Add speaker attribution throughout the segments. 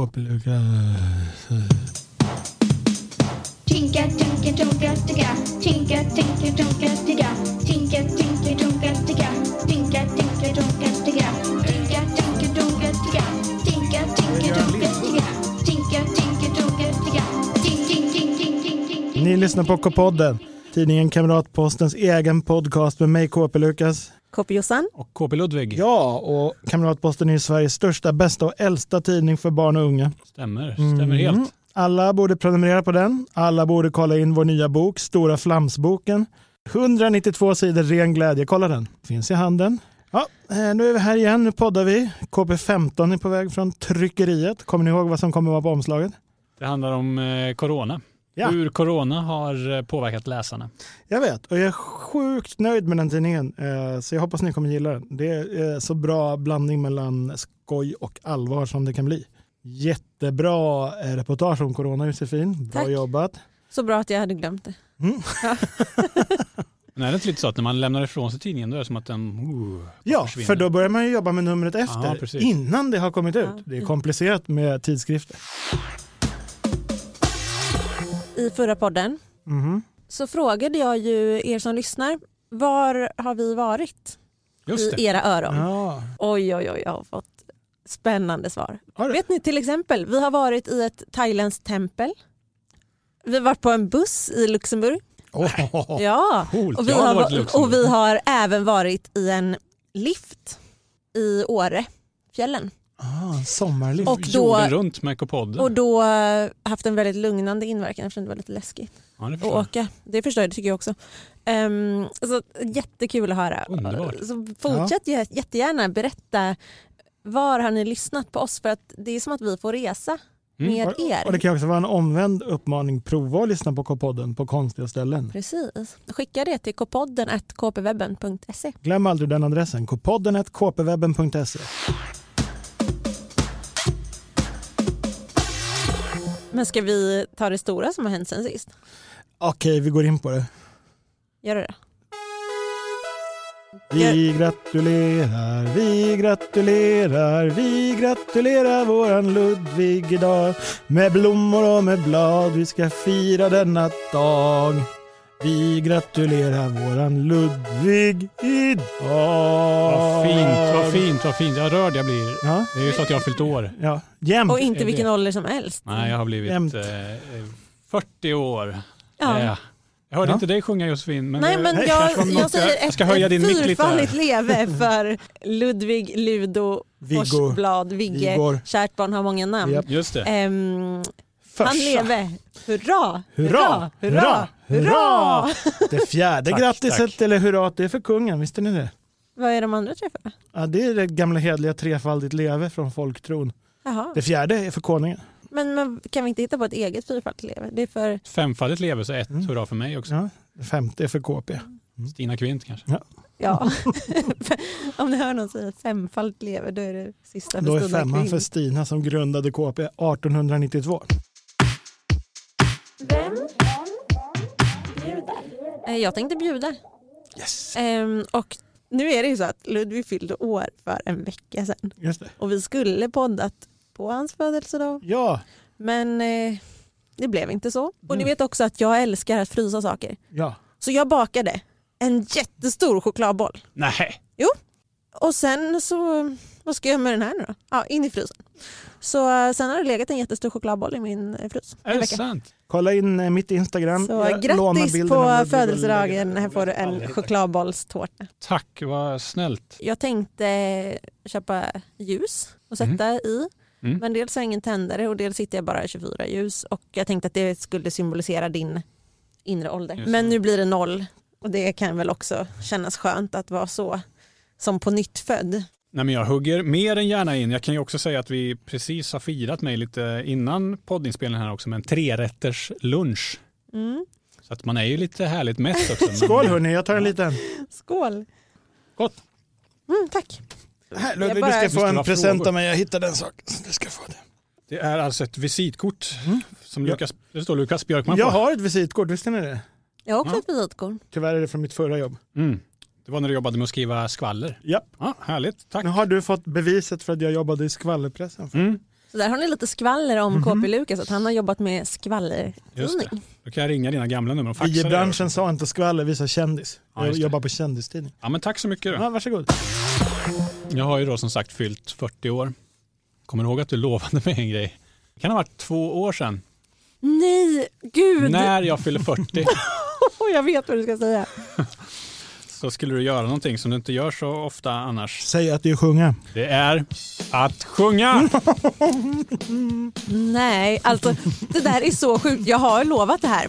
Speaker 1: K-piluka.
Speaker 2: Tinka, tinka, tonka, ticka. Tinka, tinka, tonka, ticka. Tinka, tinka, tonka, ticka. Tinka, tinka, tonka, ticka. Tinka, tinka, tonka, ticka. Tinka, tinka, tonka, ticka. Tinka, tinka, tonka, ticka. Tink, tink, tink, tink, tink, tink.
Speaker 1: Ni lyssnar på K-podden, tidningen Kamratpostens egen podcast med mig KP-Lukas.
Speaker 3: Kopiossan.
Speaker 4: Och KB Ludvig.
Speaker 1: Ja, och Kamratposten är ju Sveriges största, bästa och äldsta tidning för barn och unga.
Speaker 4: Stämmer, stämmer
Speaker 1: Mm.
Speaker 4: helt.
Speaker 1: Alla borde prenumerera på den. Alla borde kolla in vår nya bok, Stora Flamsboken. 192 sidor ren glädje. Kolla den. Finns i handen. Ja, eh, nu är vi här igen. Nu poddar vi. KP15 är på väg från tryckeriet. Kommer ni ihåg vad som kommer vara på omslaget?
Speaker 4: Det handlar om eh, corona.
Speaker 1: Ja.
Speaker 4: Hur corona har eh, påverkat läsarna.
Speaker 1: Jag vet och jag är sjukt nöjd med den tidningen. Eh, Så jag hoppas ni kommer gilla den. Det är eh, så bra blandning mellan skoj och allvar som det kan bli. Jättebra eh, reportage om corona Josefin. Bra
Speaker 3: Tack.
Speaker 1: jobbat.
Speaker 3: Så bra att jag hade glömt det.
Speaker 4: Men är det inte lite så att när man lämnar ifrån sig tidningen då är det som att den... Oh,
Speaker 1: Ja,
Speaker 4: försvinner.
Speaker 1: för då börjar man ju jobba med numret
Speaker 4: Ja,
Speaker 1: efter
Speaker 4: precis.
Speaker 1: innan det har kommit ut.
Speaker 3: Ja.
Speaker 1: Det är komplicerat med tidskrifter.
Speaker 3: I förra podden
Speaker 4: Mm-hmm.
Speaker 1: Mhm.
Speaker 3: så frågade jag ju er som lyssnar, var har vi varit
Speaker 4: just det.
Speaker 3: i era öron?
Speaker 1: Ja.
Speaker 3: Oj, oj, oj, jag har fått spännande svar.
Speaker 1: Har du?
Speaker 3: Vet ni till exempel, vi har varit i ett thailändskt tempel. Vi har varit på en buss i Luxemburg.
Speaker 4: Oh.
Speaker 1: Åh,
Speaker 3: Ja.
Speaker 4: Coolt.
Speaker 3: Och vi,
Speaker 4: jag har
Speaker 3: har,
Speaker 4: varit i Luxemburg.
Speaker 3: och vi har även varit i en lift i Åre, fjällen.
Speaker 1: ah, sommarliv.
Speaker 3: och då-
Speaker 4: Jorden runt med K-podden.
Speaker 3: Och då eh, haft en väldigt lugnande inverkan eftersom det var lite läskigt.
Speaker 4: ja, det
Speaker 3: att
Speaker 4: förstår jag.
Speaker 3: åka. Det förstår jag, det tycker jag också. Ehm, så, jättekul att höra.
Speaker 4: Underbart.
Speaker 3: Så fortsätt jä- jättegärna berätta var har ni lyssnat på oss för att det är som att vi får resa
Speaker 4: Mm.
Speaker 3: med er.
Speaker 1: Och det kan ju också vara en omvänd uppmaning. Prova att lyssna på K-podden på konstiga ställen.
Speaker 3: Precis. Skicka det till kpodden at kpwebben.se.
Speaker 1: Glöm aldrig den adressen. K-podden kpwebben.se.
Speaker 3: Men ska vi ta det stora som har hänt sen sist?
Speaker 1: Okej, vi går in på det.
Speaker 3: Gör det.
Speaker 1: Vi gratulerar, vi gratulerar, vi gratulerar våran Ludvig idag. Med blommor och med blad vi ska fira denna dag. Vi gratulerar våran Ludvig idag.
Speaker 4: Vad fint, vad fint, vad fint. Jag rörd jag blir.
Speaker 1: Ja,
Speaker 4: Det är ju så att jag har fyllt år.
Speaker 1: ja. Jämt.
Speaker 3: Och inte
Speaker 4: Är
Speaker 3: vilken
Speaker 4: det-
Speaker 3: ålder som helst.
Speaker 4: Nej, jag har blivit
Speaker 1: Jämt.
Speaker 4: eh, eh, 40 år.
Speaker 3: Ja.
Speaker 4: Eh, Jag hörde
Speaker 1: Ja.
Speaker 4: inte dig sjunga Josefin, men, eh,
Speaker 3: Nej
Speaker 4: det-
Speaker 3: men
Speaker 1: Nej,
Speaker 3: jag,
Speaker 1: kanske man
Speaker 3: jag
Speaker 1: måste-
Speaker 3: säger
Speaker 4: jag
Speaker 3: ett,
Speaker 4: ska höja din
Speaker 3: ett
Speaker 4: mick lite här.
Speaker 3: fyrfaldigt leve för Ludvig Ludo
Speaker 1: Viggo.
Speaker 3: Forsblad Vigge.
Speaker 1: Vigor.
Speaker 3: Kärt barn har många namn.
Speaker 1: Japp.
Speaker 4: just det.
Speaker 3: Ehm,
Speaker 1: Första.
Speaker 3: han leve! Hurra!
Speaker 1: Hurra!
Speaker 3: Hurra! Hurra!
Speaker 1: Det fjärde
Speaker 4: Tack,
Speaker 1: grattiset
Speaker 4: tack.
Speaker 1: eller hurra, det är för kungen, visste ni det?
Speaker 3: Vad är de andra träffarna?
Speaker 1: Ja, det är det gamla hedliga trefaldigt leve från folktron.
Speaker 3: Jaha.
Speaker 1: Det fjärde är för konungen.
Speaker 3: Men, men kan vi inte hitta på ett eget fyrfaldigt leve? Det är för...
Speaker 4: Femfaldigt lever så ett
Speaker 1: Mm.
Speaker 4: hurra för mig också.
Speaker 1: Ja, det femte är för KP.
Speaker 4: Stina Kvint kanske.
Speaker 3: Ja. Om ni hör någon säga femfaldigt leve då är det sista
Speaker 1: Då
Speaker 3: för
Speaker 1: är
Speaker 3: Stina
Speaker 1: femman
Speaker 3: Kling.
Speaker 1: för Stina som grundade KP 1892.
Speaker 3: Eh, Jag tänkte bjuda.
Speaker 1: Yes.
Speaker 3: Ehm, och nu är det ju så att Ludvig fyllde år för en vecka sedan
Speaker 1: Just det.
Speaker 3: och vi skulle poddat på hans födelsedag.
Speaker 1: Ja,
Speaker 3: Men eh, det blev inte så. Och ni
Speaker 1: Mm.
Speaker 3: vet också att jag älskar att frysa saker.
Speaker 1: ja.
Speaker 3: Så jag bakade en jättestor chokladboll.
Speaker 4: Nej,
Speaker 3: Och sen så, vad ska jag göra med den här nu då? Ja, in i frysen. Så eh, sen har det legat en jättestor chokladboll i min eh, frys. i
Speaker 4: är
Speaker 3: en
Speaker 4: det
Speaker 3: vecka.
Speaker 4: sant?
Speaker 1: Kolla in eh, mitt Instagram.
Speaker 3: Så
Speaker 1: Jag lånar bilden
Speaker 3: grattis
Speaker 1: av Ludvig
Speaker 3: på
Speaker 1: och lägger
Speaker 3: födelsedagen.
Speaker 1: den.
Speaker 3: Här får du en chokladbollstårta.
Speaker 4: Tack, vad snällt.
Speaker 3: Jag tänkte köpa ljus och sätta i.
Speaker 4: Mhm. Mm.
Speaker 3: Men dels har jag ingen tändare och dels sitter jag bara i 24 ljus. Och jag tänkte att det skulle symbolisera din inre ålder.
Speaker 4: Just det.
Speaker 3: Men nu blir det noll. Och det kan väl också kännas skönt att vara så som på nytt född.
Speaker 4: Nej, men jag hugger mer än gärna in. Jag kan ju också säga att vi precis har firat mig lite innan poddinspelningen här också med en trerätters lunch.
Speaker 3: Mm.
Speaker 4: Så att man är ju lite härligt mätt också. Men-
Speaker 1: Skål hörni, jag tar en liten.
Speaker 3: Skål!
Speaker 4: Gott.
Speaker 3: Mm, tack.
Speaker 1: Här,
Speaker 3: Jag
Speaker 1: Ludvig,
Speaker 3: bara-
Speaker 1: du ska få
Speaker 4: Måste
Speaker 1: en
Speaker 4: ha
Speaker 1: present
Speaker 4: frågor.
Speaker 1: av mig. Jag hittade en sak. Du ska få det.
Speaker 4: Det är alltså ett visitkort som
Speaker 1: Mm. Ja.
Speaker 4: Lukas, det står Lukas Björkman
Speaker 1: Jag
Speaker 4: på.
Speaker 1: har ett visitkort, visste ni det?
Speaker 3: Jag har också
Speaker 4: Ja.
Speaker 3: ett visitkort.
Speaker 1: Tyvärr är det från mitt förra jobb.
Speaker 4: Mm. Det var när du jobbade med att skriva skvaller.
Speaker 1: Japp.
Speaker 4: Ja, härligt, tack.
Speaker 1: Nu har du fått beviset för att jag jobbade i skvallerpressen.
Speaker 4: Mm.
Speaker 3: Så Så där har ni lite skvaller om
Speaker 1: Mhm.
Speaker 3: KP Lukas, att han har jobbat med
Speaker 4: Just det.
Speaker 3: skvallertidning.
Speaker 4: Då kan jag ringa dina gamla nummer och faxa
Speaker 1: Vi i
Speaker 4: det.
Speaker 1: branschen sa inte skvaller, vi sa kändis.
Speaker 4: Ja,
Speaker 1: jag
Speaker 4: just det.
Speaker 1: jobbar på kändistidning.
Speaker 4: Ja, men tack så mycket. Då.
Speaker 1: Ja, varsågod.
Speaker 4: Jag har ju då som sagt fyllt 40 år. Kommer du ihåg att du lovade mig en grej? Det kan ha varit två år sedan.
Speaker 3: Nej, gud!
Speaker 4: När jag fyller 40
Speaker 3: Åh, jag vet vad du ska säga.
Speaker 4: så skulle du göra någonting som du inte gör så ofta annars.
Speaker 1: Säg att du är sjunga.
Speaker 4: Det är att sjunga!
Speaker 3: Nej, alltså det där är så sjukt. Jag har lovat det här.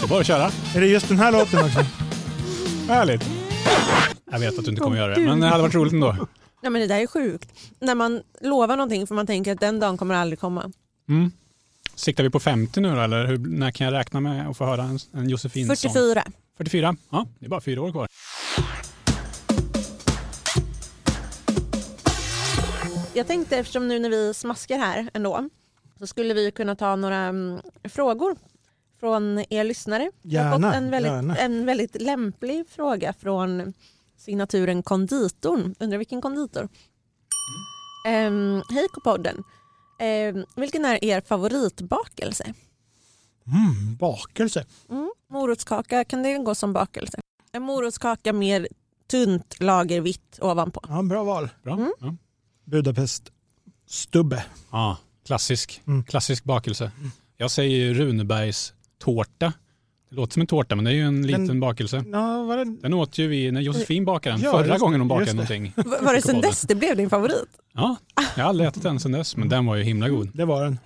Speaker 4: Det är bara att köra.
Speaker 1: Är det just den här låten också?
Speaker 4: Härligt. Jag vet att du inte kommer
Speaker 3: Åh,
Speaker 4: göra det,
Speaker 3: Gud.
Speaker 4: men det hade varit roligt ändå.
Speaker 3: Nej, men det där är sjukt. När man lovar någonting för man tänker att den dagen kommer aldrig komma.
Speaker 4: Mm. Siktar vi på 50 nu då, eller hur, när kan jag räkna med att få höra en, en Josefin-sång?
Speaker 3: 44.
Speaker 4: 44. Ja, det är bara fyra år kvar.
Speaker 3: Jag tänkte eftersom nu när vi smaskar här ändå så skulle vi kunna ta några mm, frågor från er lyssnare. jag har
Speaker 1: Gärna,
Speaker 3: fått en väldigt,
Speaker 1: gärna.
Speaker 3: en väldigt lämplig fråga från signaturen konditorn. Undrar vilken konditor?
Speaker 1: Mm.
Speaker 3: Ehm, hej K-podden. Ehm, vilken är er favoritbakelse?
Speaker 1: Mm, bakelse.
Speaker 3: Mm. Morotskaka, kan det gå som bakelse? En morotskaka med tunt lager vitt ovanpå.
Speaker 1: Ja, bra val.
Speaker 4: Bra.
Speaker 3: Mm.
Speaker 4: Ja.
Speaker 1: Budapest. Stubbe.
Speaker 4: Ja, klassisk,
Speaker 1: Mm.
Speaker 4: klassisk bakelse. Jag säger ju Runebergs tårta. Det låter som en tårta, men det är ju en liten
Speaker 1: Den-
Speaker 4: bakelse.
Speaker 1: Ja, var det?
Speaker 4: Den åt ju vi när Josefin bakade den,
Speaker 1: Ja,
Speaker 4: förra
Speaker 1: just-
Speaker 4: gången
Speaker 1: just
Speaker 4: hon bakade
Speaker 1: det.
Speaker 4: någonting.
Speaker 3: V- Var det sen dess det blev din favorit?
Speaker 4: Ja, jag har aldrig ätit den sedan dess, men den var ju himla god.
Speaker 1: det var den.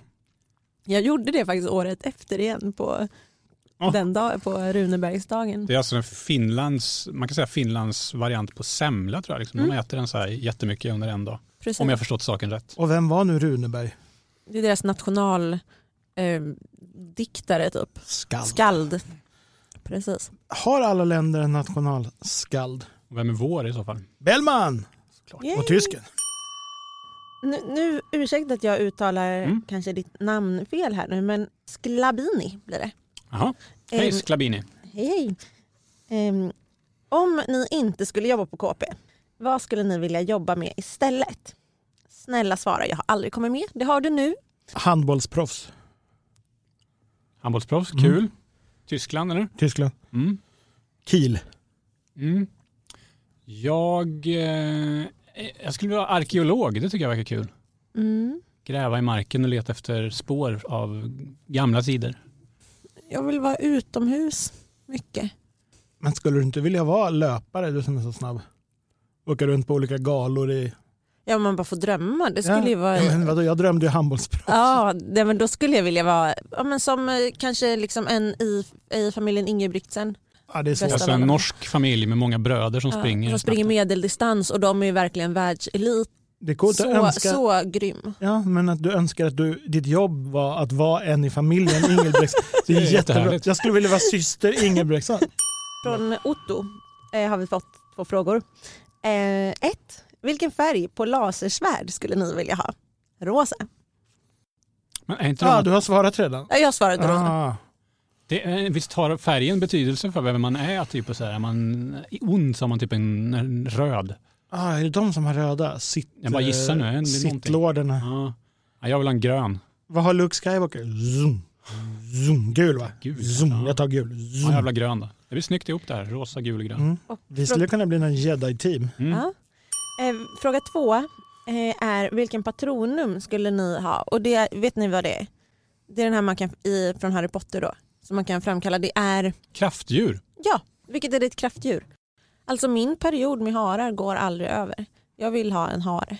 Speaker 3: Jag gjorde det faktiskt året efter igen på
Speaker 4: Ja.
Speaker 3: den dag, på Runebergsdagen.
Speaker 4: Det är alltså en Finlands, man kan säga Finlands variant på semla tror jag. Liksom. De
Speaker 3: Mm.
Speaker 4: äter den så här jättemycket under en dag.
Speaker 3: Precis.
Speaker 4: Om jag förstått saken rätt.
Speaker 1: Och vem var nu Runeberg?
Speaker 3: Det är deras nationaldiktare typ.
Speaker 1: Skald.
Speaker 3: Skald. Precis.
Speaker 1: Har alla länder en nationalskald?
Speaker 4: Vem är vår i så fall?
Speaker 1: Bellman! Och tysken.
Speaker 3: Nu, nu, ursäkta att jag uttalar
Speaker 4: Mm.
Speaker 3: kanske ditt namn fel här nu, men Sklabini blir det.
Speaker 4: Jaha, hej
Speaker 3: Ehm,
Speaker 4: Sklabini.
Speaker 3: hej, hej. Ehm, om ni inte skulle jobba på KP, vad skulle ni vilja jobba med istället? Snälla svara, jag har aldrig kommit med. Det har du nu.
Speaker 1: Handbollsproffs.
Speaker 4: Handbollsproffs,
Speaker 1: Mm.
Speaker 4: kul. Tyskland eller?
Speaker 1: Tyskland.
Speaker 4: Mm.
Speaker 1: Kiel.
Speaker 4: Mm. Jag, eh, jag skulle vilja vara arkeolog, det tycker jag verkar kul.
Speaker 3: Mm.
Speaker 4: Gräva i marken och leta efter spår av gamla tider.
Speaker 3: Jag vill vara utomhus mycket.
Speaker 1: Men skulle du inte vilja vara löpare, du som är så snabb? Åka runt på olika galor i...
Speaker 3: Ja, om man bara får drömma. Det skulle
Speaker 1: Ja.
Speaker 3: ju vara...
Speaker 1: Ja, Men vadå, jag drömde ju handbollsproffs.
Speaker 3: Ja, det, men då skulle jag vilja vara ja, men som eh, kanske liksom en i, i familjen Ingebrigtsen.
Speaker 1: Ja, det är svårt.
Speaker 3: Bästa.
Speaker 4: Alltså en
Speaker 3: världen.
Speaker 4: norsk familj med många bröder som
Speaker 3: Ja,
Speaker 4: springer.
Speaker 3: de springer
Speaker 4: snabbt.
Speaker 3: medeldistans och de är ju verkligen världselit.
Speaker 1: Det är coolt att
Speaker 3: Så,
Speaker 1: önska...
Speaker 3: så grym.
Speaker 1: Ja, men att du önskar att du, ditt jobb var att vara en i familjen Ingelbrektsson. Det
Speaker 4: Det är
Speaker 1: är jättebra.
Speaker 4: jättehärligt.
Speaker 1: Jag skulle vilja vara syster Ingelbrektsson.
Speaker 3: Från Otto eh, har vi fått två frågor. Eh, ett, vilken färg på lasersvärd skulle ni vilja ha? Rosa.
Speaker 4: Men är inte
Speaker 1: Ja,
Speaker 4: de-
Speaker 1: du har svarat redan.
Speaker 3: Ja, Jag svarade rosa.
Speaker 1: Ah,
Speaker 4: det är, visst har färgen betydelse för vem man är? Typ, och så här, är man i ond så har man typ en, en röd.
Speaker 1: ah, är det de som har röda? Sitt,
Speaker 4: Jag bara gissar nu, är det
Speaker 1: eh,
Speaker 4: någonting?
Speaker 1: Sittlorderna.
Speaker 4: Ja. Ja, jag vill ha en grön.
Speaker 1: Vad har Luke Skywalker? Zoom. Zoom. Gul va?
Speaker 4: Gul,
Speaker 1: Zoom.
Speaker 4: ja.
Speaker 1: Jag tar gul.
Speaker 4: Ja, jag
Speaker 1: Zoom.
Speaker 4: vill ha grön då. Det blir snyggt ihop det här. Rosa, gul och grön.
Speaker 1: Mm.
Speaker 3: Och
Speaker 1: Vi skulle kunna bli någon jedi-team.
Speaker 4: Mm.
Speaker 3: Ja. Eh, fråga två eh, är vilken patronum skulle ni ha? Och det, vet ni vad det är? Det är den här man kan, i, från Harry Potter då, som man kan framkalla. Det är,
Speaker 4: Kraftdjur.
Speaker 3: ja, vilket är ditt kraftdjur? Alltså min period med harar går aldrig över. Jag vill ha en hare.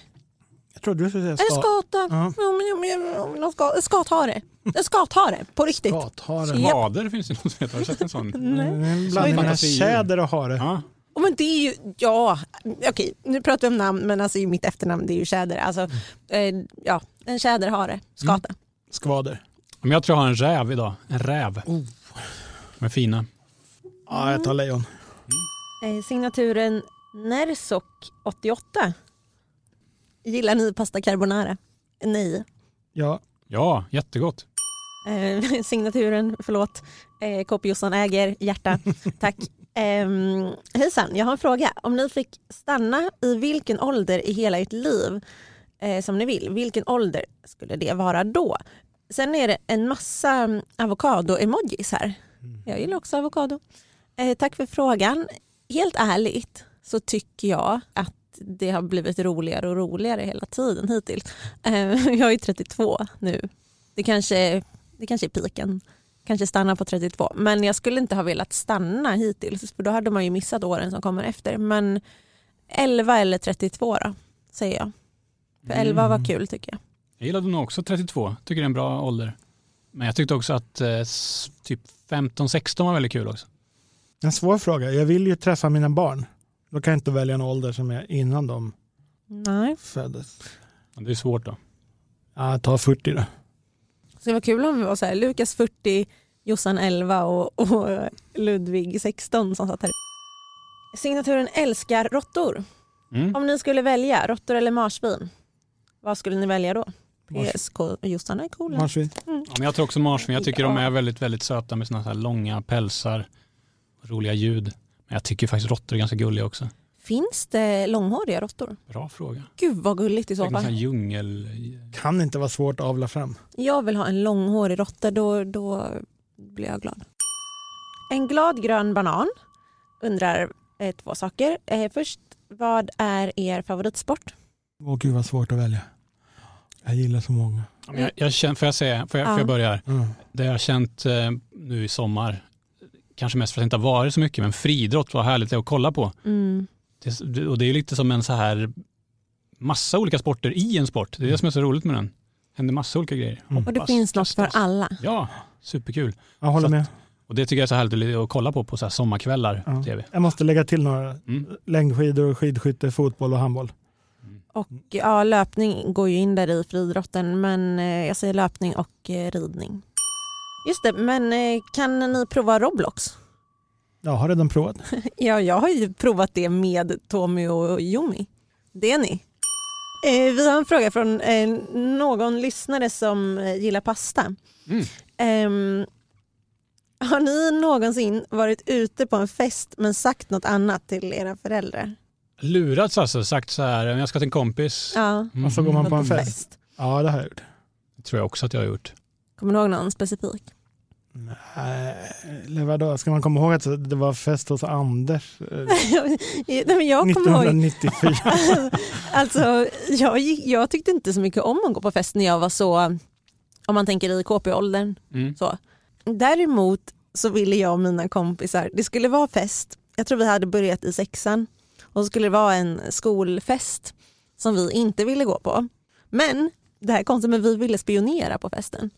Speaker 1: Jag tror du skulle säga
Speaker 3: En
Speaker 1: ska-
Speaker 3: skata!
Speaker 1: Ja.
Speaker 3: Jo, men- jo, men jag vill ha en ska- En skathare. En skathare, på riktigt.
Speaker 1: skatharen.
Speaker 3: Japp.
Speaker 4: Vader finns det något som heter. Har du sett en sån?
Speaker 1: Det är En blandning
Speaker 4: Oj.
Speaker 1: mellan tjäder och hare.
Speaker 4: Ja.
Speaker 3: Oh, men det är ju, ja, okej, nu pratar vi om namn, men alltså, i mitt efternamn det är ju tjäder. Alltså,
Speaker 1: Mm.
Speaker 3: eh, ja, en tjäderhare, skata.
Speaker 1: Skvader.
Speaker 4: Men jag tror jag har en räv idag. En räv.
Speaker 1: Oh.
Speaker 4: De är fina.
Speaker 1: Ja, jag tar lejon.
Speaker 3: Eh, Signaturen Nersok88. Gillar ni pasta carbonara? Nej.
Speaker 1: Ja.
Speaker 4: Ja, jättegott.
Speaker 3: Eh, signaturen, förlåt, eh, KP Jossan äger, hjärta, tack. Ehm, hejsan, jag har en fråga. Om ni fick stanna i vilken ålder i hela ert liv eh, som ni vill, vilken ålder skulle det vara då? Sen är det en massa mm, avokado-emojis här. Jag gillar också avokado. Eh, tack för frågan. Helt ärligt så tycker jag att det har blivit roligare och roligare hela tiden hittills. Eh, jag är 32 nu. Det kanske, det kanske är piken kanske stanna på 32. Men jag skulle inte ha velat stanna hittills för då hade man ju missat åren som kommer efter. Men 11 eller 32 då, säger jag. För 11 var kul tycker jag.
Speaker 4: Mm. Jag gillade nog också 32, tycker det är en bra ålder. Men jag tyckte också att eh, s- typ 15-16 var väldigt kul också.
Speaker 1: En svår fråga. Jag vill ju träffa mina barn. Då kan jag inte välja en ålder som är innan de
Speaker 3: Nej.
Speaker 1: föddes.
Speaker 4: Men Det är svårt då.
Speaker 1: Ja, ta 40 då.
Speaker 3: Så det var kul om vi var så här, Lukas 40, Jossan 11 och, och Ludvig 16 som satt här. Signaturen älskar råttor.
Speaker 4: Mm.
Speaker 3: Om ni skulle välja råttor eller marsvin, vad skulle ni välja då? PSK, Jossan är cool.
Speaker 1: Marsvin.
Speaker 4: Ja, men jag tror också marsvin. Jag tycker de är väldigt, väldigt söta med såna här långa pälsar och roliga ljud. Men jag tycker faktiskt råttor är ganska gulliga också.
Speaker 3: Finns det långhåriga råttor?
Speaker 4: Bra fråga.
Speaker 3: Gud vad gulligt i så
Speaker 4: Tänk någon
Speaker 3: fall.
Speaker 4: sån här djungel...
Speaker 1: Kan inte vara svårt att avla fram.
Speaker 3: Jag vill ha en långhårig råtta, då, då blir jag glad. En glad grön banan undrar eh, två saker. Eh, först, vad är er favoritsport?
Speaker 1: Åh gud vad svårt att välja. Jag gillar så många.
Speaker 4: Ja, men Jag, jag känner, får jag säga, får jag, får
Speaker 3: Ja.
Speaker 4: jag börja här?
Speaker 1: Mm.
Speaker 4: Det jag har känt eh, nu i sommar, kanske mest för att det inte har varit så mycket, men friidrott var härligt att kolla på.
Speaker 3: Mm.
Speaker 4: Det, och det är ju lite som en så här massa olika sporter i en sport. Det är det som är så roligt med den. händer massa olika grejer.
Speaker 1: Mm.
Speaker 3: Och det
Speaker 4: Hoppas,
Speaker 3: finns något för
Speaker 4: testas.
Speaker 3: alla.
Speaker 4: Ja, superkul.
Speaker 1: Jag håller
Speaker 4: Så
Speaker 1: med.
Speaker 4: Och det tycker jag är så härligt att kolla på på så här sommarkvällar på
Speaker 1: Ja.
Speaker 4: tv.
Speaker 1: Jag måste lägga till några.
Speaker 4: Mm.
Speaker 1: Längdskidor, skidskytte, fotboll och handboll.
Speaker 3: Och ja, löpning går ju in där i friidrotten, men eh, jag säger löpning och eh, ridning. Just det, men eh, kan ni prova Roblox?
Speaker 1: Jag har redan provat.
Speaker 3: Ja, jag har ju provat det med Tommy och Jumi. Det är ni. Eh, vi har en fråga från eh, någon lyssnare som eh, gillar pasta.
Speaker 4: Mm.
Speaker 3: Ehm, har ni någonsin varit ute på en fest men sagt något annat till era föräldrar?
Speaker 4: Lurats alltså, sagt så här, jag ska till en kompis.
Speaker 3: Ja,
Speaker 4: Mhm.
Speaker 1: Och så går man på en
Speaker 3: något
Speaker 1: fest. Ja, det har jag gjort.
Speaker 4: Det tror jag också att jag har gjort.
Speaker 3: Kommer du ihåg någon specifik?
Speaker 1: Nej, eller vadå? Ska man komma ihåg att det var fest hos Anders eh,
Speaker 3: Nej, men jag kommer ihåg
Speaker 1: 1994?
Speaker 3: Alltså, jag, gick- jag tyckte inte så mycket om att gå på fest när jag var så, om man tänker i KP-åldern.
Speaker 4: Mm.
Speaker 3: Däremot så ville jag och mina kompisar, det skulle vara fest, jag tror vi hade börjat i sexan och så skulle det vara en skolfest som vi inte ville gå på. Men det här är konstigt, men vi ville spionera på festen.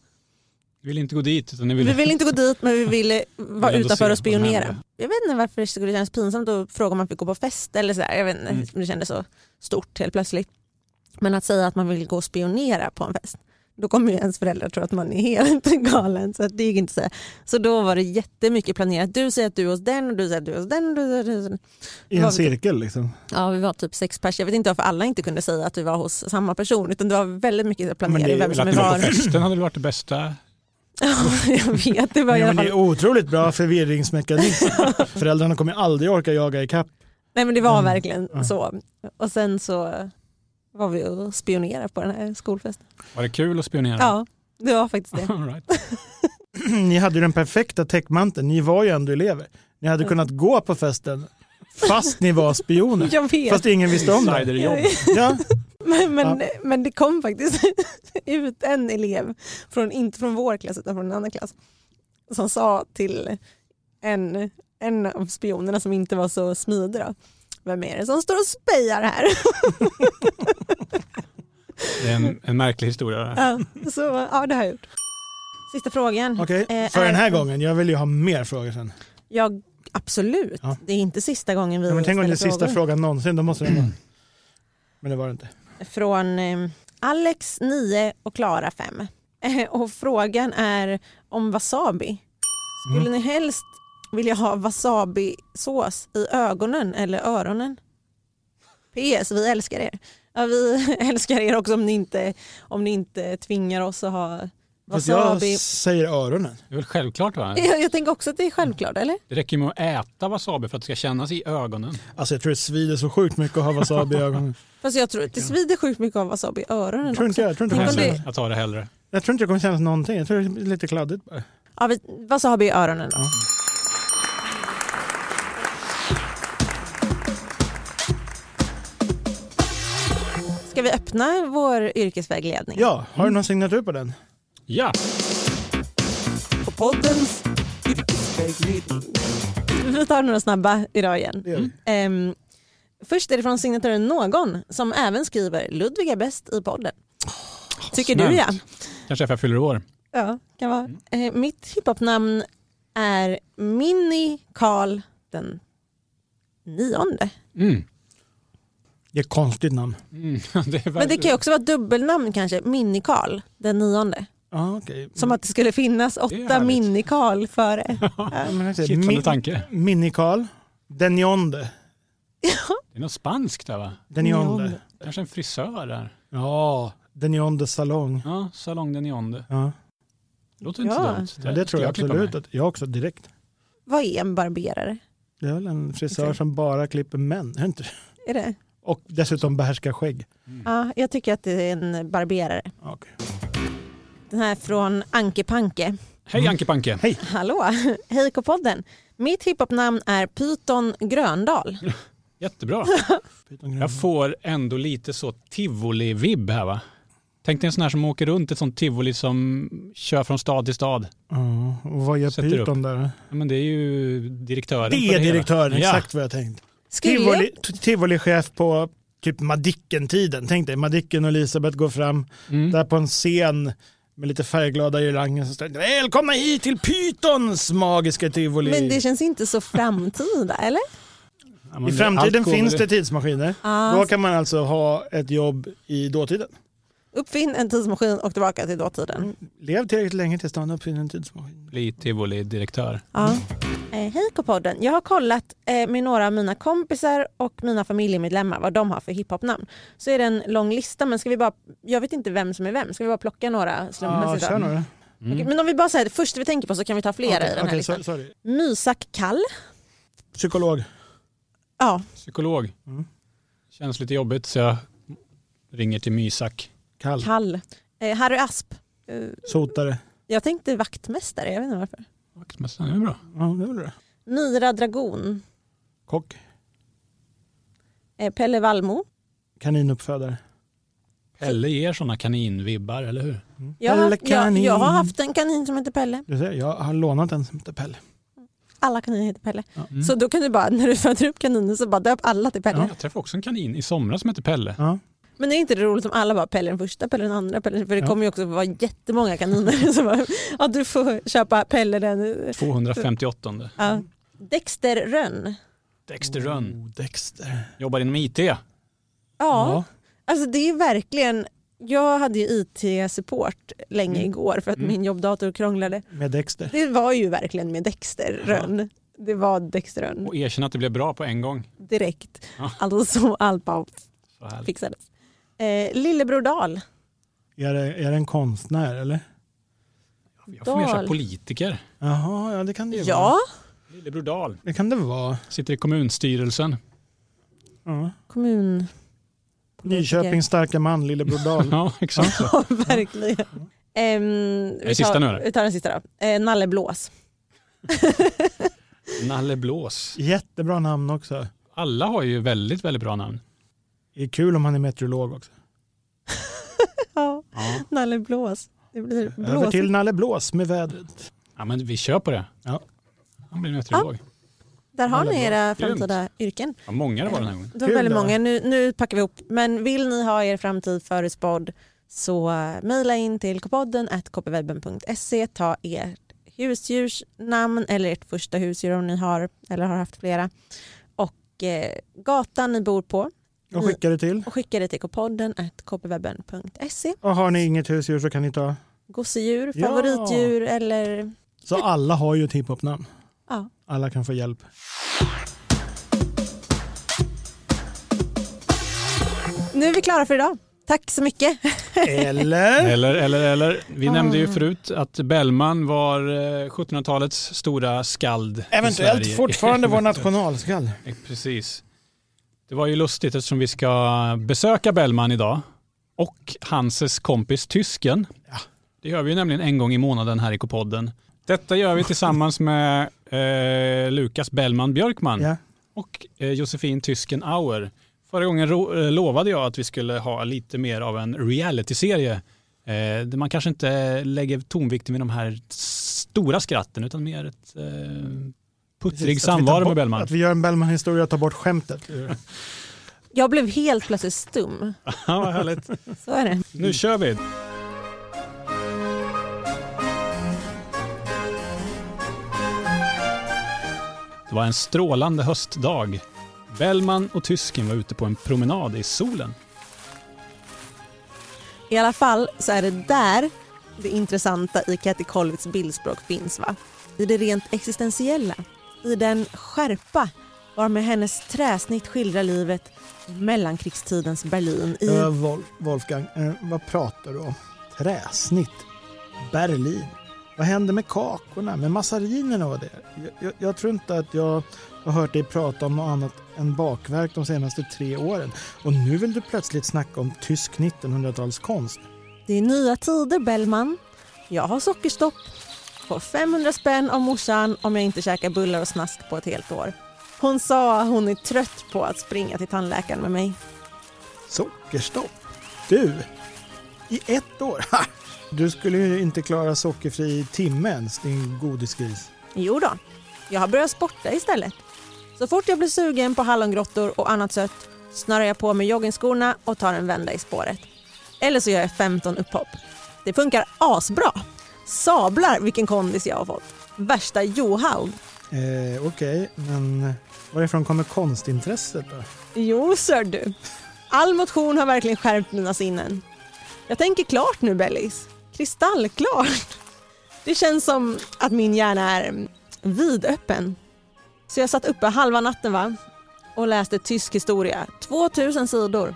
Speaker 4: Vi vill inte gå dit. Utan ni vill...
Speaker 3: Vi ville inte gå dit men vi ville vara
Speaker 4: ändå se
Speaker 3: utanför och
Speaker 4: vad som
Speaker 3: spionera.
Speaker 4: hände.
Speaker 3: Jag vet inte varför det skulle kännas pinsamt att fråga om man fick gå på fest eller sådär. Jag vet inte,
Speaker 4: Mm.
Speaker 3: det kändes så stort helt plötsligt. Men att säga att man vill gå och spionera på en fest, då kommer ju ens föräldrar tro att man är helt galen. Så att det gick inte att säga. Så då var det jättemycket planerat. Du säger att du är hos den och du säger att du är hos den. Och du säger att du är hos den.
Speaker 1: I en cirkel liksom.
Speaker 3: Ja, vi var typ sex pers. Jag vet inte varför alla inte kunde säga att vi var hos samma person. Utan det var väldigt mycket
Speaker 1: Men det är
Speaker 3: planering. Vem som är
Speaker 4: Eller att ni var på
Speaker 3: var.
Speaker 4: festen hade väl varit det bästa.
Speaker 3: jag vet, det var i
Speaker 1: Nej,
Speaker 3: alla
Speaker 1: men det är
Speaker 3: fall.
Speaker 1: otroligt bra förvirringsmekanism. Föräldrarna kommer aldrig orka jaga ikapp.
Speaker 3: Nej men det var
Speaker 1: Mm.
Speaker 3: verkligen
Speaker 1: Ja.
Speaker 3: så. Och sen så var vi och spionerade på den här skolfesten.
Speaker 4: Var det kul att spionera?
Speaker 3: Ja, det var faktiskt det.
Speaker 4: All right.
Speaker 1: Ni hade ju den perfekta täckmanteln. Ni var ju ändå elever. Ni hade kunnat gå på festen fast ni var spioner.
Speaker 3: Jag vet,
Speaker 1: Fast ingen visste om det.
Speaker 4: Insiderjobb.
Speaker 1: Ja,
Speaker 3: men, men, men det kom faktiskt ut en elev, från, inte från vår klass utan från en annan klass, som sa till en, en av spionerna som inte var så smidig då, vem är det som står och spejar här?
Speaker 4: Det är en, en märklig historia. det här.
Speaker 3: Ja, så ja, det har jag gjort. Sista frågan.
Speaker 1: okej.
Speaker 3: Eh,
Speaker 1: För den här
Speaker 3: är-
Speaker 1: gången. Jag vill ju ha mer frågor sen.
Speaker 3: Ja, absolut.
Speaker 1: Ja.
Speaker 3: Det är inte sista gången vi
Speaker 1: Ja, men tänk om det är
Speaker 3: ställer
Speaker 1: sista
Speaker 3: frågor.
Speaker 1: frågan någonsin. Då måste den vara... Men det var det inte.
Speaker 3: från eh, Alex 9 och Klara 5. Eh, Och frågan är om wasabi.
Speaker 1: Mm.
Speaker 3: Skulle ni helst vilja ha wasabi-sås i ögonen eller öronen? PS, vi älskar er. Ja, vi älskar er också om ni inte, om ni inte tvingar oss att ha
Speaker 1: Fast jag
Speaker 3: Wasabi.
Speaker 1: säger öronen.
Speaker 4: Det är väl självklart va?
Speaker 3: Jag, jag tänker också att det är självklart, eller?
Speaker 4: Det räcker ju med att äta wasabi för att det ska kännas i ögonen.
Speaker 1: Alltså jag tror det svider så sjukt mycket att ha wasabi i ögonen.
Speaker 3: Fast jag tror att det svider sjukt mycket av wasabi i öronen
Speaker 1: Jag tror inte
Speaker 3: också.
Speaker 1: jag, tror inte
Speaker 3: Tänk
Speaker 1: jag,
Speaker 3: om
Speaker 1: kommer
Speaker 3: det-
Speaker 1: känna-
Speaker 4: Jag tar det hellre.
Speaker 1: jag tror inte jag kommer känna någonting. Jag tror det är lite kladdigt bara.
Speaker 3: Ja, vi- wasabi i öronen.
Speaker 1: Ja.
Speaker 3: Ska vi öppna vår yrkesvägledning?
Speaker 1: Ja, har du någon signatur på den?
Speaker 4: Ja,
Speaker 3: På poddens yrkesvägledning. Vi tar några snabba idag igen.
Speaker 1: Det gör vi.
Speaker 3: Ehm, först är det från signaturen Någon som även skriver Ludvig är bäst i podden. Tycker du ja.
Speaker 4: snällt. kanske för jag fyller år.
Speaker 3: Ja, kan vara. Eh, mitt hiphopnamn är Minnie Karl den nionde.
Speaker 4: Mm.
Speaker 1: Det är ett konstigt namn.
Speaker 4: Mm. Det är
Speaker 3: Men det
Speaker 4: verkligen-
Speaker 3: kan ju också vara ett dubbelnamn kanske, Minnie Karl den nionde.
Speaker 1: Ja, okej.
Speaker 3: Som att det skulle finnas åtta
Speaker 4: härligt.
Speaker 3: Minnie Karl före.
Speaker 1: Ja, men exakt.
Speaker 4: Kittlande
Speaker 1: Min-
Speaker 4: tanke.
Speaker 1: Minikarl. Denionde.
Speaker 4: Det är något spanskt där va?
Speaker 1: Denionde.
Speaker 4: Kanske en frisör där.
Speaker 1: Ja, Denionde salong.
Speaker 4: Ja, Salong den Nionde.
Speaker 1: Ja,
Speaker 4: Låter inte
Speaker 3: Ja.
Speaker 4: dumt.
Speaker 1: ja, det tror jag,
Speaker 4: klippa
Speaker 1: absolut.
Speaker 4: mig.
Speaker 1: Att jag också direkt.
Speaker 3: Vad är en barberare?
Speaker 1: Det är väl en frisör
Speaker 3: Exakt.
Speaker 1: som bara klipper män. är det inte?
Speaker 3: Är det?
Speaker 1: Och dessutom behärskar skägg.
Speaker 3: Ja, jag tycker att det är en barberare.
Speaker 1: Okej.
Speaker 3: Den här från Anke Panke.
Speaker 1: Mm.
Speaker 4: Hej Anke Panke.
Speaker 3: Hallå, hej K-podden. Mitt hiphopnamn är Python Gröndal.
Speaker 4: Jättebra.
Speaker 1: Python grön.
Speaker 4: Jag får ändå lite så tivoli-vibb här va? Tänk dig en sån här som åker runt, ett sånt tivoli som kör från stad till stad.
Speaker 1: Ja, och vad gör
Speaker 4: Sätter
Speaker 1: Python där?
Speaker 4: Ja, men det är ju direktören.
Speaker 1: Det
Speaker 4: för
Speaker 1: är
Speaker 4: hela.
Speaker 1: direktören,
Speaker 4: ja.
Speaker 1: exakt vad jag tänkt.
Speaker 3: Skulle jag,
Speaker 1: Tivoli, t- tivolichef på typ Madicken-tiden. Tänk dig, Madicken och Elisabeth går fram
Speaker 4: Mm.
Speaker 1: där på en scen med lite färgglada girlanger som står “Välkomna hit till Pytons magiska tivoli”.
Speaker 3: men det känns inte så framtida, eller?
Speaker 4: Ja, men
Speaker 1: I
Speaker 4: det-
Speaker 1: framtiden
Speaker 4: allt går
Speaker 1: finns
Speaker 4: väl-
Speaker 1: det tidsmaskiner.
Speaker 3: Ah,
Speaker 1: Då kan man alltså ha ett jobb i dåtiden.
Speaker 3: uppfinn en tidsmaskin och tillbaka till dåtiden.
Speaker 1: Lev tillräckligt länge tills någon uppfinner en tidsmaskin.
Speaker 4: Bli tivoli-direktör.
Speaker 3: Ja. Eh, hej K-podden, jag har kollat eh, med några av mina kompisar och mina familjemedlemmar vad de har för hiphopnamn. Så är det en lång lista, men ska vi bara, jag vet inte vem som är vem, ska vi bara plocka några
Speaker 1: Ja,
Speaker 3: slumpmässigt?
Speaker 1: kör
Speaker 3: då?
Speaker 1: några.
Speaker 3: Okej, men om vi bara säger det första vi tänker på så kan vi ta flera i den här
Speaker 1: Okej,
Speaker 3: listan.
Speaker 1: so- sorry.
Speaker 3: Mysak Kall.
Speaker 1: Psykolog.
Speaker 3: Ja,
Speaker 4: Psykolog.
Speaker 1: Mm.
Speaker 4: Känns lite jobbigt så jag ringer till Mysak.
Speaker 1: Kall.
Speaker 3: Kall. Eh, Harry Asp. Eh,
Speaker 1: Sotare.
Speaker 3: jag tänkte vaktmästare, jag vet inte varför.
Speaker 4: Vaktmästaren, det är bra.
Speaker 1: Ja, det är väl det.
Speaker 3: Mira Dragon.
Speaker 1: Kock.
Speaker 3: Eh, Pelle Valmo.
Speaker 1: Kaninuppfödare.
Speaker 4: Pelle ger sådana kaninvibbar, eller hur?
Speaker 3: Jag, har
Speaker 1: Pelle
Speaker 3: haft- jag, jag har
Speaker 1: Mm. Kanin.
Speaker 3: haft en kanin som heter Pelle.
Speaker 1: Du ser, jag har lånat en som heter Pelle.
Speaker 3: Alla kaniner heter Pelle.
Speaker 1: Ja. Mm.
Speaker 4: Mm.
Speaker 3: Så då kan du bara, när du föder upp kaniner så bara döp alla till Pelle.
Speaker 4: Jag träffade också en kanin i somras som hette Pelle.
Speaker 1: Ja.
Speaker 3: Men det är inte det roligt om alla bara Pelle den första, Pelle den andra, Pelle den- För det
Speaker 1: Ja.
Speaker 3: kommer ju också vara jättemånga kaniner. som bara, ja, du får köpa Pelle den.
Speaker 4: 258.
Speaker 3: Ja. Dexter Rönn.
Speaker 4: Dexter Rönn.
Speaker 1: Oh, Dexter.
Speaker 4: Jobbar inom IT.
Speaker 3: Ja, Alltså det är verkligen, jag hade ju IT-support länge
Speaker 4: Mm.
Speaker 3: igår för att
Speaker 4: Mm.
Speaker 3: min jobbdator krånglade.
Speaker 1: Med Dexter.
Speaker 3: Det var ju verkligen med Dexter Rönn. Det var Dexter Rönn
Speaker 4: Och erkänna att det blev bra på en gång.
Speaker 3: direkt.
Speaker 4: Ja.
Speaker 3: Alltså allt bara
Speaker 4: Så härligt.
Speaker 3: fixades. Eh, Lillebror Dahl.
Speaker 1: Är det, är det en konstnär eller?
Speaker 4: Jag får mer så här
Speaker 3: Dahl.
Speaker 4: politiker.
Speaker 1: Jaha, ja det kan det ju vara.
Speaker 3: Ja,
Speaker 4: Lillebror Dahl.
Speaker 1: Det kan det vara.
Speaker 4: Sitter i kommunstyrelsen.
Speaker 1: Ja.
Speaker 3: kommun.
Speaker 1: Nyköpings starka man, Lillebror Dahl.
Speaker 4: Ja, exakt så.
Speaker 3: Ja, verkligen. Ehm,
Speaker 4: det sista nu, eller?
Speaker 3: vi tar den sista då. Eh, Nalle Blås.
Speaker 4: Nalle Blås.
Speaker 1: Jättebra namn också.
Speaker 4: Alla har ju väldigt, väldigt bra namn.
Speaker 1: Det är kul om han är meteorolog också.
Speaker 3: Ja,
Speaker 4: Ja.
Speaker 3: Nalle Blås. Det blir
Speaker 1: Över
Speaker 3: blås.
Speaker 1: till Nalle Blås med vädret.
Speaker 4: ja, men vi kör på det.
Speaker 1: Ja.
Speaker 4: Han blir meteorolog.
Speaker 3: Där har
Speaker 1: Nalle
Speaker 3: ni
Speaker 1: Blås.
Speaker 3: era framtida yrken.
Speaker 4: Ja, många det var den här gången.
Speaker 3: Det var
Speaker 1: Kul
Speaker 3: väldigt
Speaker 1: då.
Speaker 3: många. Nu, nu packar vi ihop. Men vill ni ha er framtid förutspådd så eh, mejla in till kpodden at kpwebben.se. Ta ert husdjursnamn eller ert första husdjur om ni har eller har haft flera och eh, gatan ni bor på
Speaker 1: Och
Speaker 3: Mm.
Speaker 1: skickar det till.
Speaker 3: och skicka det till kpodden at kpwebben.se.
Speaker 1: Och har ni inget husdjur så kan ni ta.
Speaker 3: Gosedjur,
Speaker 1: Ja.
Speaker 3: favoritdjur eller
Speaker 1: Så alla har ju ett hiphopnamn.
Speaker 3: ja.
Speaker 1: Alla kan få hjälp.
Speaker 3: Nu är vi klara för idag. Tack så mycket.
Speaker 1: Eller?
Speaker 4: Eller, eller, eller. Vi
Speaker 3: Ah.
Speaker 4: nämnde ju förut att Bellman var eh, 1700-talets stora skald. i Sverige.
Speaker 1: Eventuellt fortfarande vår nationalskall.
Speaker 4: Eh, Precis. Det var ju lustigt eftersom vi ska besöka Bellman idag och Hanses kompis tysken. Det gör vi ju nämligen en gång i månaden här i K-podden. Detta gör vi tillsammans med eh, Lukas Bellman Björkman
Speaker 1: Ja.
Speaker 4: och eh, Josefin Tysken Auer. Förra gången ro- eh, lovade jag att vi skulle ha lite mer av en realityserie. Eh, där man kanske inte lägger tonvikten vid de här stora skratten utan mer ett eh, puttrig
Speaker 1: Precis, att vi tar
Speaker 4: samvaro
Speaker 1: bort-
Speaker 4: med Bellman.
Speaker 1: Att vi gör en Bellman-historia och tar bort skämtet.
Speaker 3: Jag blev helt plötsligt stum.
Speaker 4: Ja, vad härligt.
Speaker 3: Så är det.
Speaker 4: Nu kör vi. Det var en strålande höstdag. Bellman och tysken var ute på en promenad i solen.
Speaker 3: I alla fall så är det där det intressanta i Kattikolvits bildspråk finns. Va? I det rent existentiella, i den skärpa varmed hennes träsnitt skildrar livet i mellankrigstidens Berlin. I,
Speaker 1: Eh, Wolf, Wolfgang, eh, vad pratar du om? Träsnitt? Berlin? Vad händer med kakorna, med massarinerna och det? Jag, jag, jag tror inte att jag har hört dig prata om något annat än bakverk de senaste tre åren. Och nu vill du plötsligt snacka om tysk 1900-talskonst.
Speaker 3: Det är nya tider, Bellman. Jag har sockerstopp. Får 500 spänn av morsan om jag inte käkar bullar och snask på ett helt år. Hon sa hon är trött på att springa till tandläkaren med mig.
Speaker 1: Sockerstopp? Du? I ett år? Ha! Du skulle ju inte klara sockerfri timme ens, din godisgris.
Speaker 3: Jo då, jag har börjat sporta istället. Så fort jag blir sugen på hallongrottor och annat sött snörar jag på mig joggingskorna och tar en vända i spåret. Eller så gör jag 15 upphopp. Det funkar asbra. Sablar vilken kondis jag har fått. Värsta Johaug.
Speaker 1: Eh, Okej, men varifrån kommer konstintresset då?
Speaker 3: Jo, sir du. All motion har verkligen skärpt mina sinnen. Jag tänker klart nu, Bellis. Kristallklart. Det känns som att min hjärna är mm, vidöppen. Så jag satt uppe halva natten va? och läste tysk historia, 2000 sidor.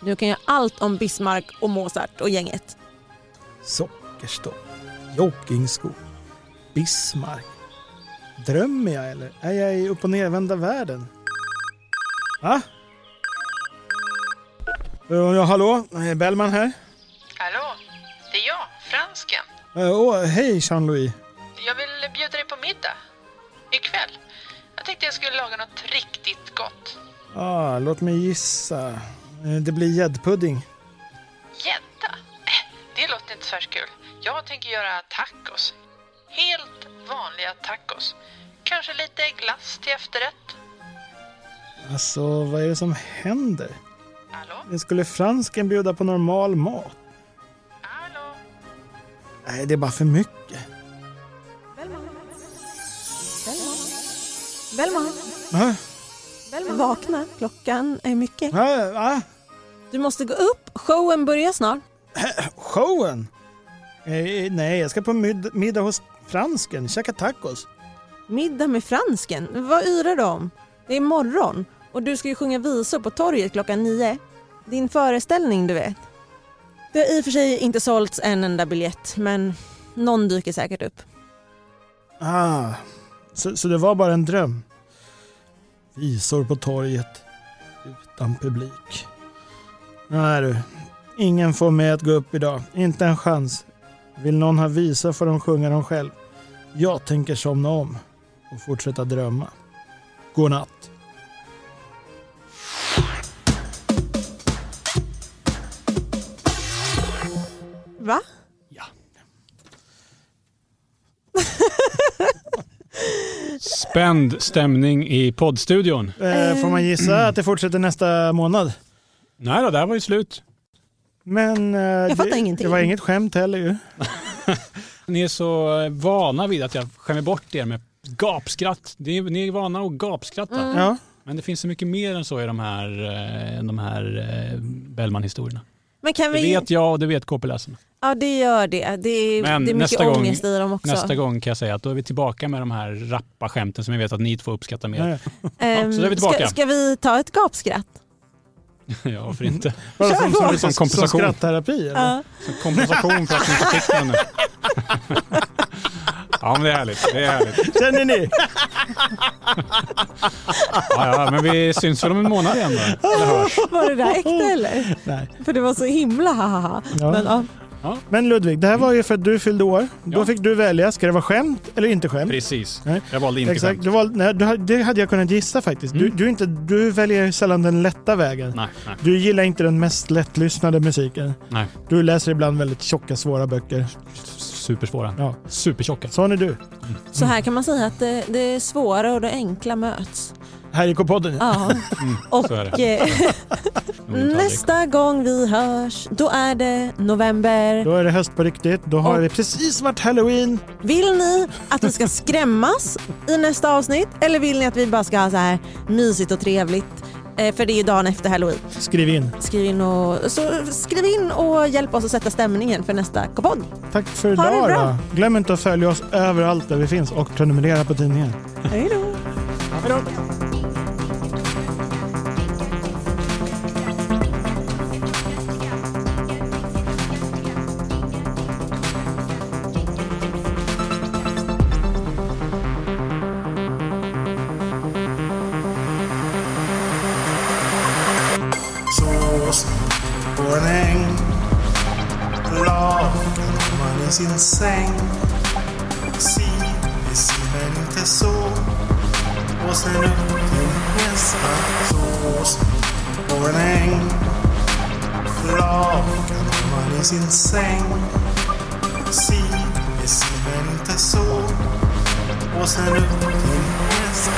Speaker 3: Nu kan jag allt om Bismarck och Mozart och gänget.
Speaker 1: Sockerstopp, joggingskor, Bismarck. Drömmer jag eller är jag i upp och nervända världen? Va? Eh, Ja, hallå, Eh, Bellman här.
Speaker 5: Hallå, det är jag, fransken.
Speaker 1: Eh, Åh, hej Jean-Louis.
Speaker 5: Jag vill bjuda dig på middag. Ikväll. Jag tänkte jag skulle laga något riktigt gott.
Speaker 1: Ah, låt mig gissa. Eh, Det blir gäddpudding.
Speaker 5: Gädda? Äh, det låter inte så här kul. Jag tänker göra tacos. Helt vanliga tacos. Kanske lite glass till efterrätt.
Speaker 1: Alltså, vad är det som händer?
Speaker 5: Hallå?
Speaker 1: Eh, Skulle fransken bjuda på normal mat?
Speaker 5: Hallå?
Speaker 1: Nej, det är bara för mycket.
Speaker 3: Bellman,
Speaker 1: Va?
Speaker 3: vakna. Klockan är mycket.
Speaker 1: Va? Va?
Speaker 3: Du måste gå upp. Showen börjar snart.
Speaker 1: Showen? Eh, nej, jag ska på mid- middag hos fransken, käka tacos.
Speaker 3: Middag med fransken? Vad yrar du om? Det är morgon och du ska ju sjunga visor på torget klockan nio. Din föreställning, du vet. Det har i och för sig inte sålts en enda biljett, men någon dyker säkert upp.
Speaker 1: Ah, så, så det var bara en dröm? Visor på torget, utan publik. Nej du, ingen får mig att gå upp idag. Inte en chans. Vill någon ha visa får de sjunga dem själv. Jag tänker somna om och fortsätta drömma. Godnatt.
Speaker 3: Va?
Speaker 4: Spänd stämning i poddstudion.
Speaker 1: Eh, får man gissa att det fortsätter nästa månad?
Speaker 4: Nej då, det här var ju slut.
Speaker 1: Men eh,
Speaker 3: fattar
Speaker 1: det,
Speaker 3: ingenting. Mm.
Speaker 1: det var inget skämt heller ju.
Speaker 4: Ni är så eh, vana vid att jag skämmer bort er med gapskratt. Ni är, ni är vana att gapskratta.
Speaker 1: Ja.
Speaker 4: Men det finns så mycket mer än så i de här, eh, de här eh, Bellman-historierna.
Speaker 3: Men kan
Speaker 4: Det
Speaker 3: vi...
Speaker 4: vet jag och det vet KP-läsarna.
Speaker 3: Ja, det gör det. Det är,
Speaker 4: Men
Speaker 3: det är mycket
Speaker 4: nästa gång-
Speaker 3: ångest i dem också.
Speaker 4: Nästa gång kan jag säga att då är vi tillbaka med de här rappa skämten som jag vet att ni två uppskattar mer.
Speaker 1: Nej.
Speaker 3: Ehm,
Speaker 4: så då är vi tillbaka.
Speaker 3: Ska, ska vi ta ett gapskratt?
Speaker 4: Ja, varför inte?
Speaker 1: Vadå,
Speaker 3: Kör
Speaker 1: som,
Speaker 3: på.
Speaker 1: som, som, som
Speaker 4: Som kompensation.
Speaker 1: skrattterapi? eller?
Speaker 3: Ja.
Speaker 4: Som kompensation för att ni inte fick den nu. Ja, men det är härligt. Det är härligt.
Speaker 1: Känner ni?
Speaker 4: Ja, ja, men vi syns väl om en månad igen då? Eller hörs?
Speaker 3: Var det där äkta eller?
Speaker 1: Nej.
Speaker 3: För det var så himla hahaha.
Speaker 1: Ja.
Speaker 3: Men, ja.
Speaker 1: Men Ludvig, det här var ju för att du fyllde år. Då
Speaker 4: Ja.
Speaker 1: fick du välja, ska det vara skämt eller inte skämt?
Speaker 4: Precis.
Speaker 1: Nej.
Speaker 4: Jag valde inte
Speaker 1: Exakt,
Speaker 4: skämt. Mm.
Speaker 1: du val, nej, du, hade- det hade jag kunnat gissa faktiskt. Du, du, är inte, du väljer sällan den lätta vägen.
Speaker 4: Nej, nej,
Speaker 1: Du gillar inte den mest lättlyssnade musiken.
Speaker 4: nej.
Speaker 1: Du läser ibland väldigt tjocka, svåra böcker.
Speaker 4: Supersvåra.
Speaker 1: Ja.
Speaker 4: Supertjocka.
Speaker 1: Sån är du.
Speaker 3: Så här kan man säga att det, det svåra och det enkla möts.
Speaker 1: Här i K-podden.
Speaker 3: Ja.
Speaker 4: så är det.
Speaker 3: Och eh,
Speaker 4: Det
Speaker 3: Mm,
Speaker 4: är inte
Speaker 3: nästa gång vi hörs, då är det november.
Speaker 1: Då är det höst på riktigt. Då har
Speaker 3: Och-
Speaker 1: det precis varit halloween.
Speaker 3: Vill ni att vi ska skrämmas i nästa avsnitt eller vill ni att vi bara ska ha så här mysigt och trevligt? Eh, För det är ju dagen efter halloween.
Speaker 1: Skriv in.
Speaker 3: Skriv in och, så skriv in och hjälp oss att sätta stämningen för nästa kopodd.
Speaker 1: Tack för
Speaker 3: Ha det
Speaker 1: idag
Speaker 3: bra.
Speaker 1: då. Glöm inte att följa oss överallt där vi finns och prenumerera på tidningen.
Speaker 3: Hej då!
Speaker 6: sås, på en äng. Lakan man i sin säng. Si, det ser inte så. Och sen upp till nästa sås, på en äng. Lakan man i sin säng. Si, det ser inte så. Och sen upp till nästa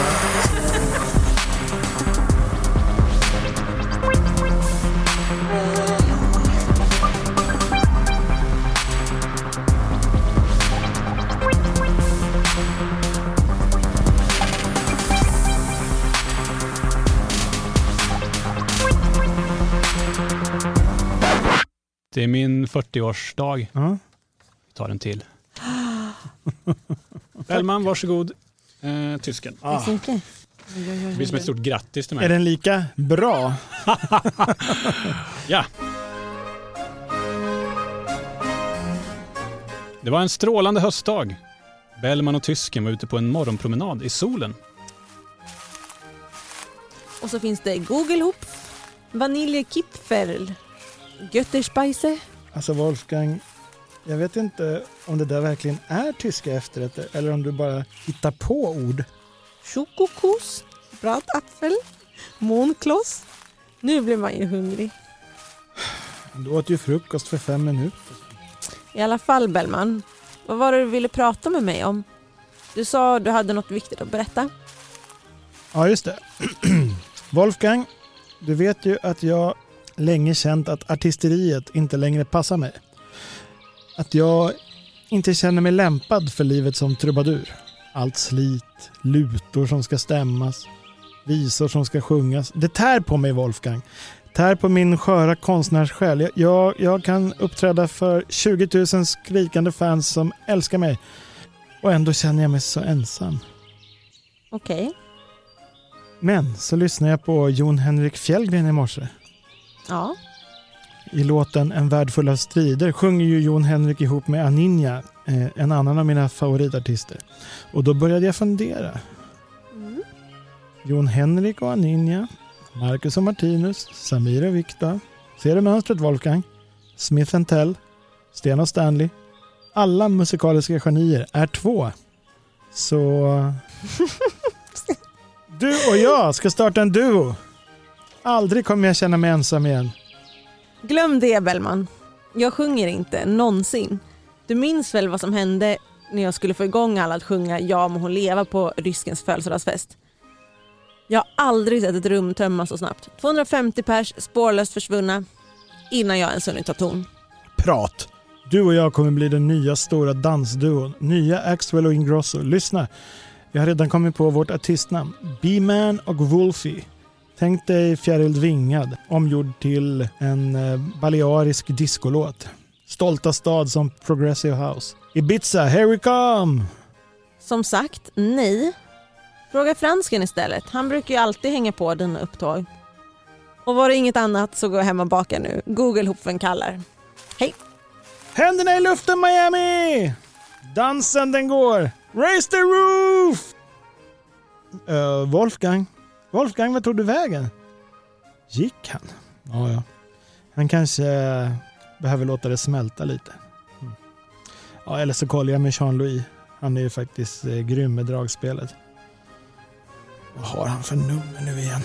Speaker 4: Det är min 40-årsdag.
Speaker 1: Ja.
Speaker 4: Vi tar en till. Bellman, varsågod. Eh, tysken.
Speaker 3: Tack så mycket.
Speaker 4: Det blir som ett stort grattis till
Speaker 1: Är
Speaker 4: mig.
Speaker 1: den lika bra?
Speaker 4: Ja. Det var en strålande höstdag. Bellman och tysken var ute på en morgonpromenad i solen.
Speaker 3: Och så finns det Googlehopf, Vaniljekipferl, Götterspeise.
Speaker 1: Alltså Wolfgang, jag vet inte om det där verkligen är tyska efterrätter eller om du bara hittar på ord.
Speaker 3: Schokokos, Bratapfel, Månkloss. Nu blir man ju hungrig.
Speaker 1: Du åt ju frukost för fem minuter.
Speaker 3: I alla fall Bellman, vad var det du ville prata med mig om? Du sa du hade något viktigt att berätta.
Speaker 1: Ja, just det. Wolfgang, du vet ju att jag länge känt att artisteriet inte längre passar mig. Att jag inte känner mig lämpad för livet som trubadur. Allt slit, lutor som ska stämmas, visor som ska sjungas. Det tär på mig, Wolfgang. Tär på min sköra konstnärssjäl. Jag, jag, jag kan uppträda för 20 000 skrikande fans som älskar mig och ändå känner jag mig så ensam.
Speaker 3: Okej.
Speaker 1: Men så lyssnade jag på Jon Henrik Fjällgren i morse.
Speaker 3: Ja.
Speaker 1: I låten En värld full av strider sjunger ju Jon Henrik ihop med Aninja, eh, en annan av mina favoritartister. Och då började jag fundera.
Speaker 3: Mm.
Speaker 1: Jon Henrik och Aninja, Marcus och Martinus, Samir och Vikta. Ser du mönstret Wolfgang? Smith and Tell, Sten och Stanley. Alla musikaliska genier är två. Så... Du och jag ska starta en duo. Aldrig kommer jag känna mig ensam igen.
Speaker 3: Glöm det Bellman. Jag sjunger inte, någonsin. Du minns väl vad som hände när jag skulle få igång alla att sjunga Ja må hon leva på ryskens födelsedagsfest? Jag har aldrig sett ett rum tömmas så snabbt. 250 pers spårlöst försvunna innan jag ens hunnit ta ton.
Speaker 1: prat. Du och jag kommer bli den nya stora dansduon. Nya Axwell och Ingrosso. Lyssna, jag har redan kommit på vårt artistnamn. B-Man och Wolfie. Tänk dig Fjäril Vingad omgjord till en eh, balearisk discolåt. Stolta stad som Progressive House. Ibiza, here we come!
Speaker 3: Som sagt, nej. Fråga fransken istället. Han brukar ju alltid hänga på dina upptåg. Och var det inget annat så gå hem och baka nu. Google Hofen kallar. Hej!
Speaker 1: Händerna i luften Miami! Dansen den går! Raise the roof! Eh, Wolfgang? Wolfgang, vad tog du vägen? Gick han? Ja, ja. Han kanske eh, behöver låta det smälta lite. Mm. Ja, eller så kollar jag med Jean-Louis. Han är ju faktiskt eh, grym med dragspelet. Vad har han för nummer nu igen?